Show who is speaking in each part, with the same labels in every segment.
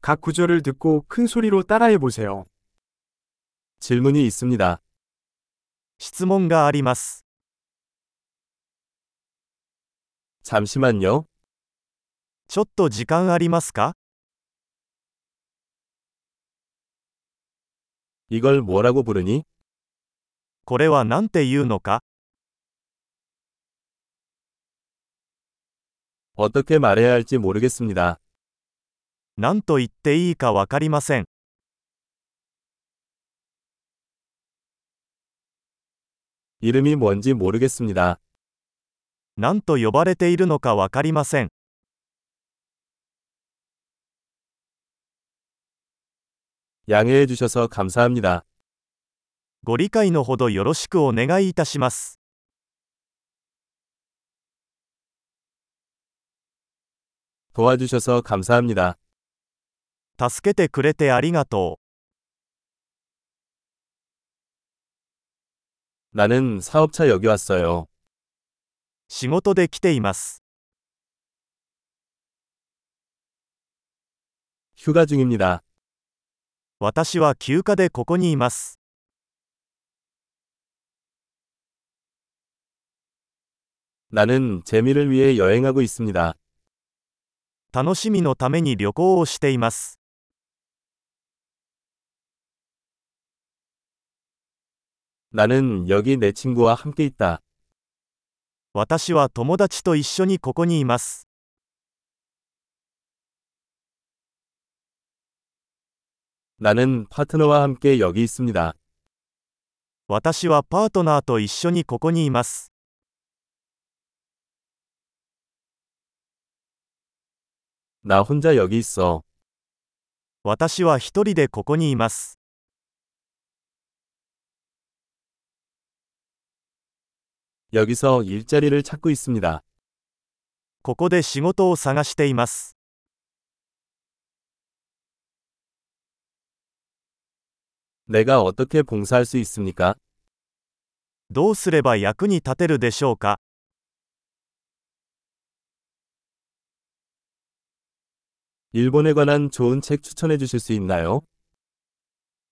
Speaker 1: 각 구절을 듣고 큰 소리로 따라해 보세요. 질문이 있습니다.
Speaker 2: 質問があります。
Speaker 1: 잠시만요.
Speaker 2: ちょっと時間ありますか
Speaker 1: 이걸 뭐라고 부르니?
Speaker 2: これは何て言うのか
Speaker 1: 어떻게 말해야 할지 모르겠습니다.
Speaker 2: 何と言っていいかわかりません。
Speaker 1: 이름이 뭔지 모르겠습니다.
Speaker 2: 何と呼ばれているのかわかりません。
Speaker 1: 양해해 주셔서 감사합니다.
Speaker 2: ご理解のほどよろしくお願いいたします。
Speaker 1: 도와주셔서 감사합니다.
Speaker 2: 助けてくれてありがと
Speaker 1: 나는 사업차 여기 왔어요.
Speaker 2: う。仕事で来ています。
Speaker 1: 휴가 중입니다.
Speaker 2: 私は休暇でここにいます。
Speaker 1: 나는 재미를 위해 여행하고 있습니다.
Speaker 2: 楽しみのために旅行をしています。
Speaker 1: 나는 여기 내 친구와 함께 있다.
Speaker 2: 私は友達と一緒にここにいます。
Speaker 1: 나는 파트너와 함께 여기 있습니다.
Speaker 2: 私はパートナーと一緒にここにいます。
Speaker 1: 나 혼자 여기 있어.
Speaker 2: 私は一人でここにいます。
Speaker 1: 여기서 일자리를 찾고 있습니다.
Speaker 2: ここで仕事を探しています。
Speaker 1: 내가 어떻게 봉사할 수 있습니까?
Speaker 2: どうすれば役に立てるでしょうか
Speaker 1: 일본에 관한 좋은 책 추천해 주실 수 있나요?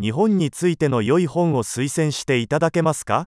Speaker 2: 日本についての良い本を推薦していただけますか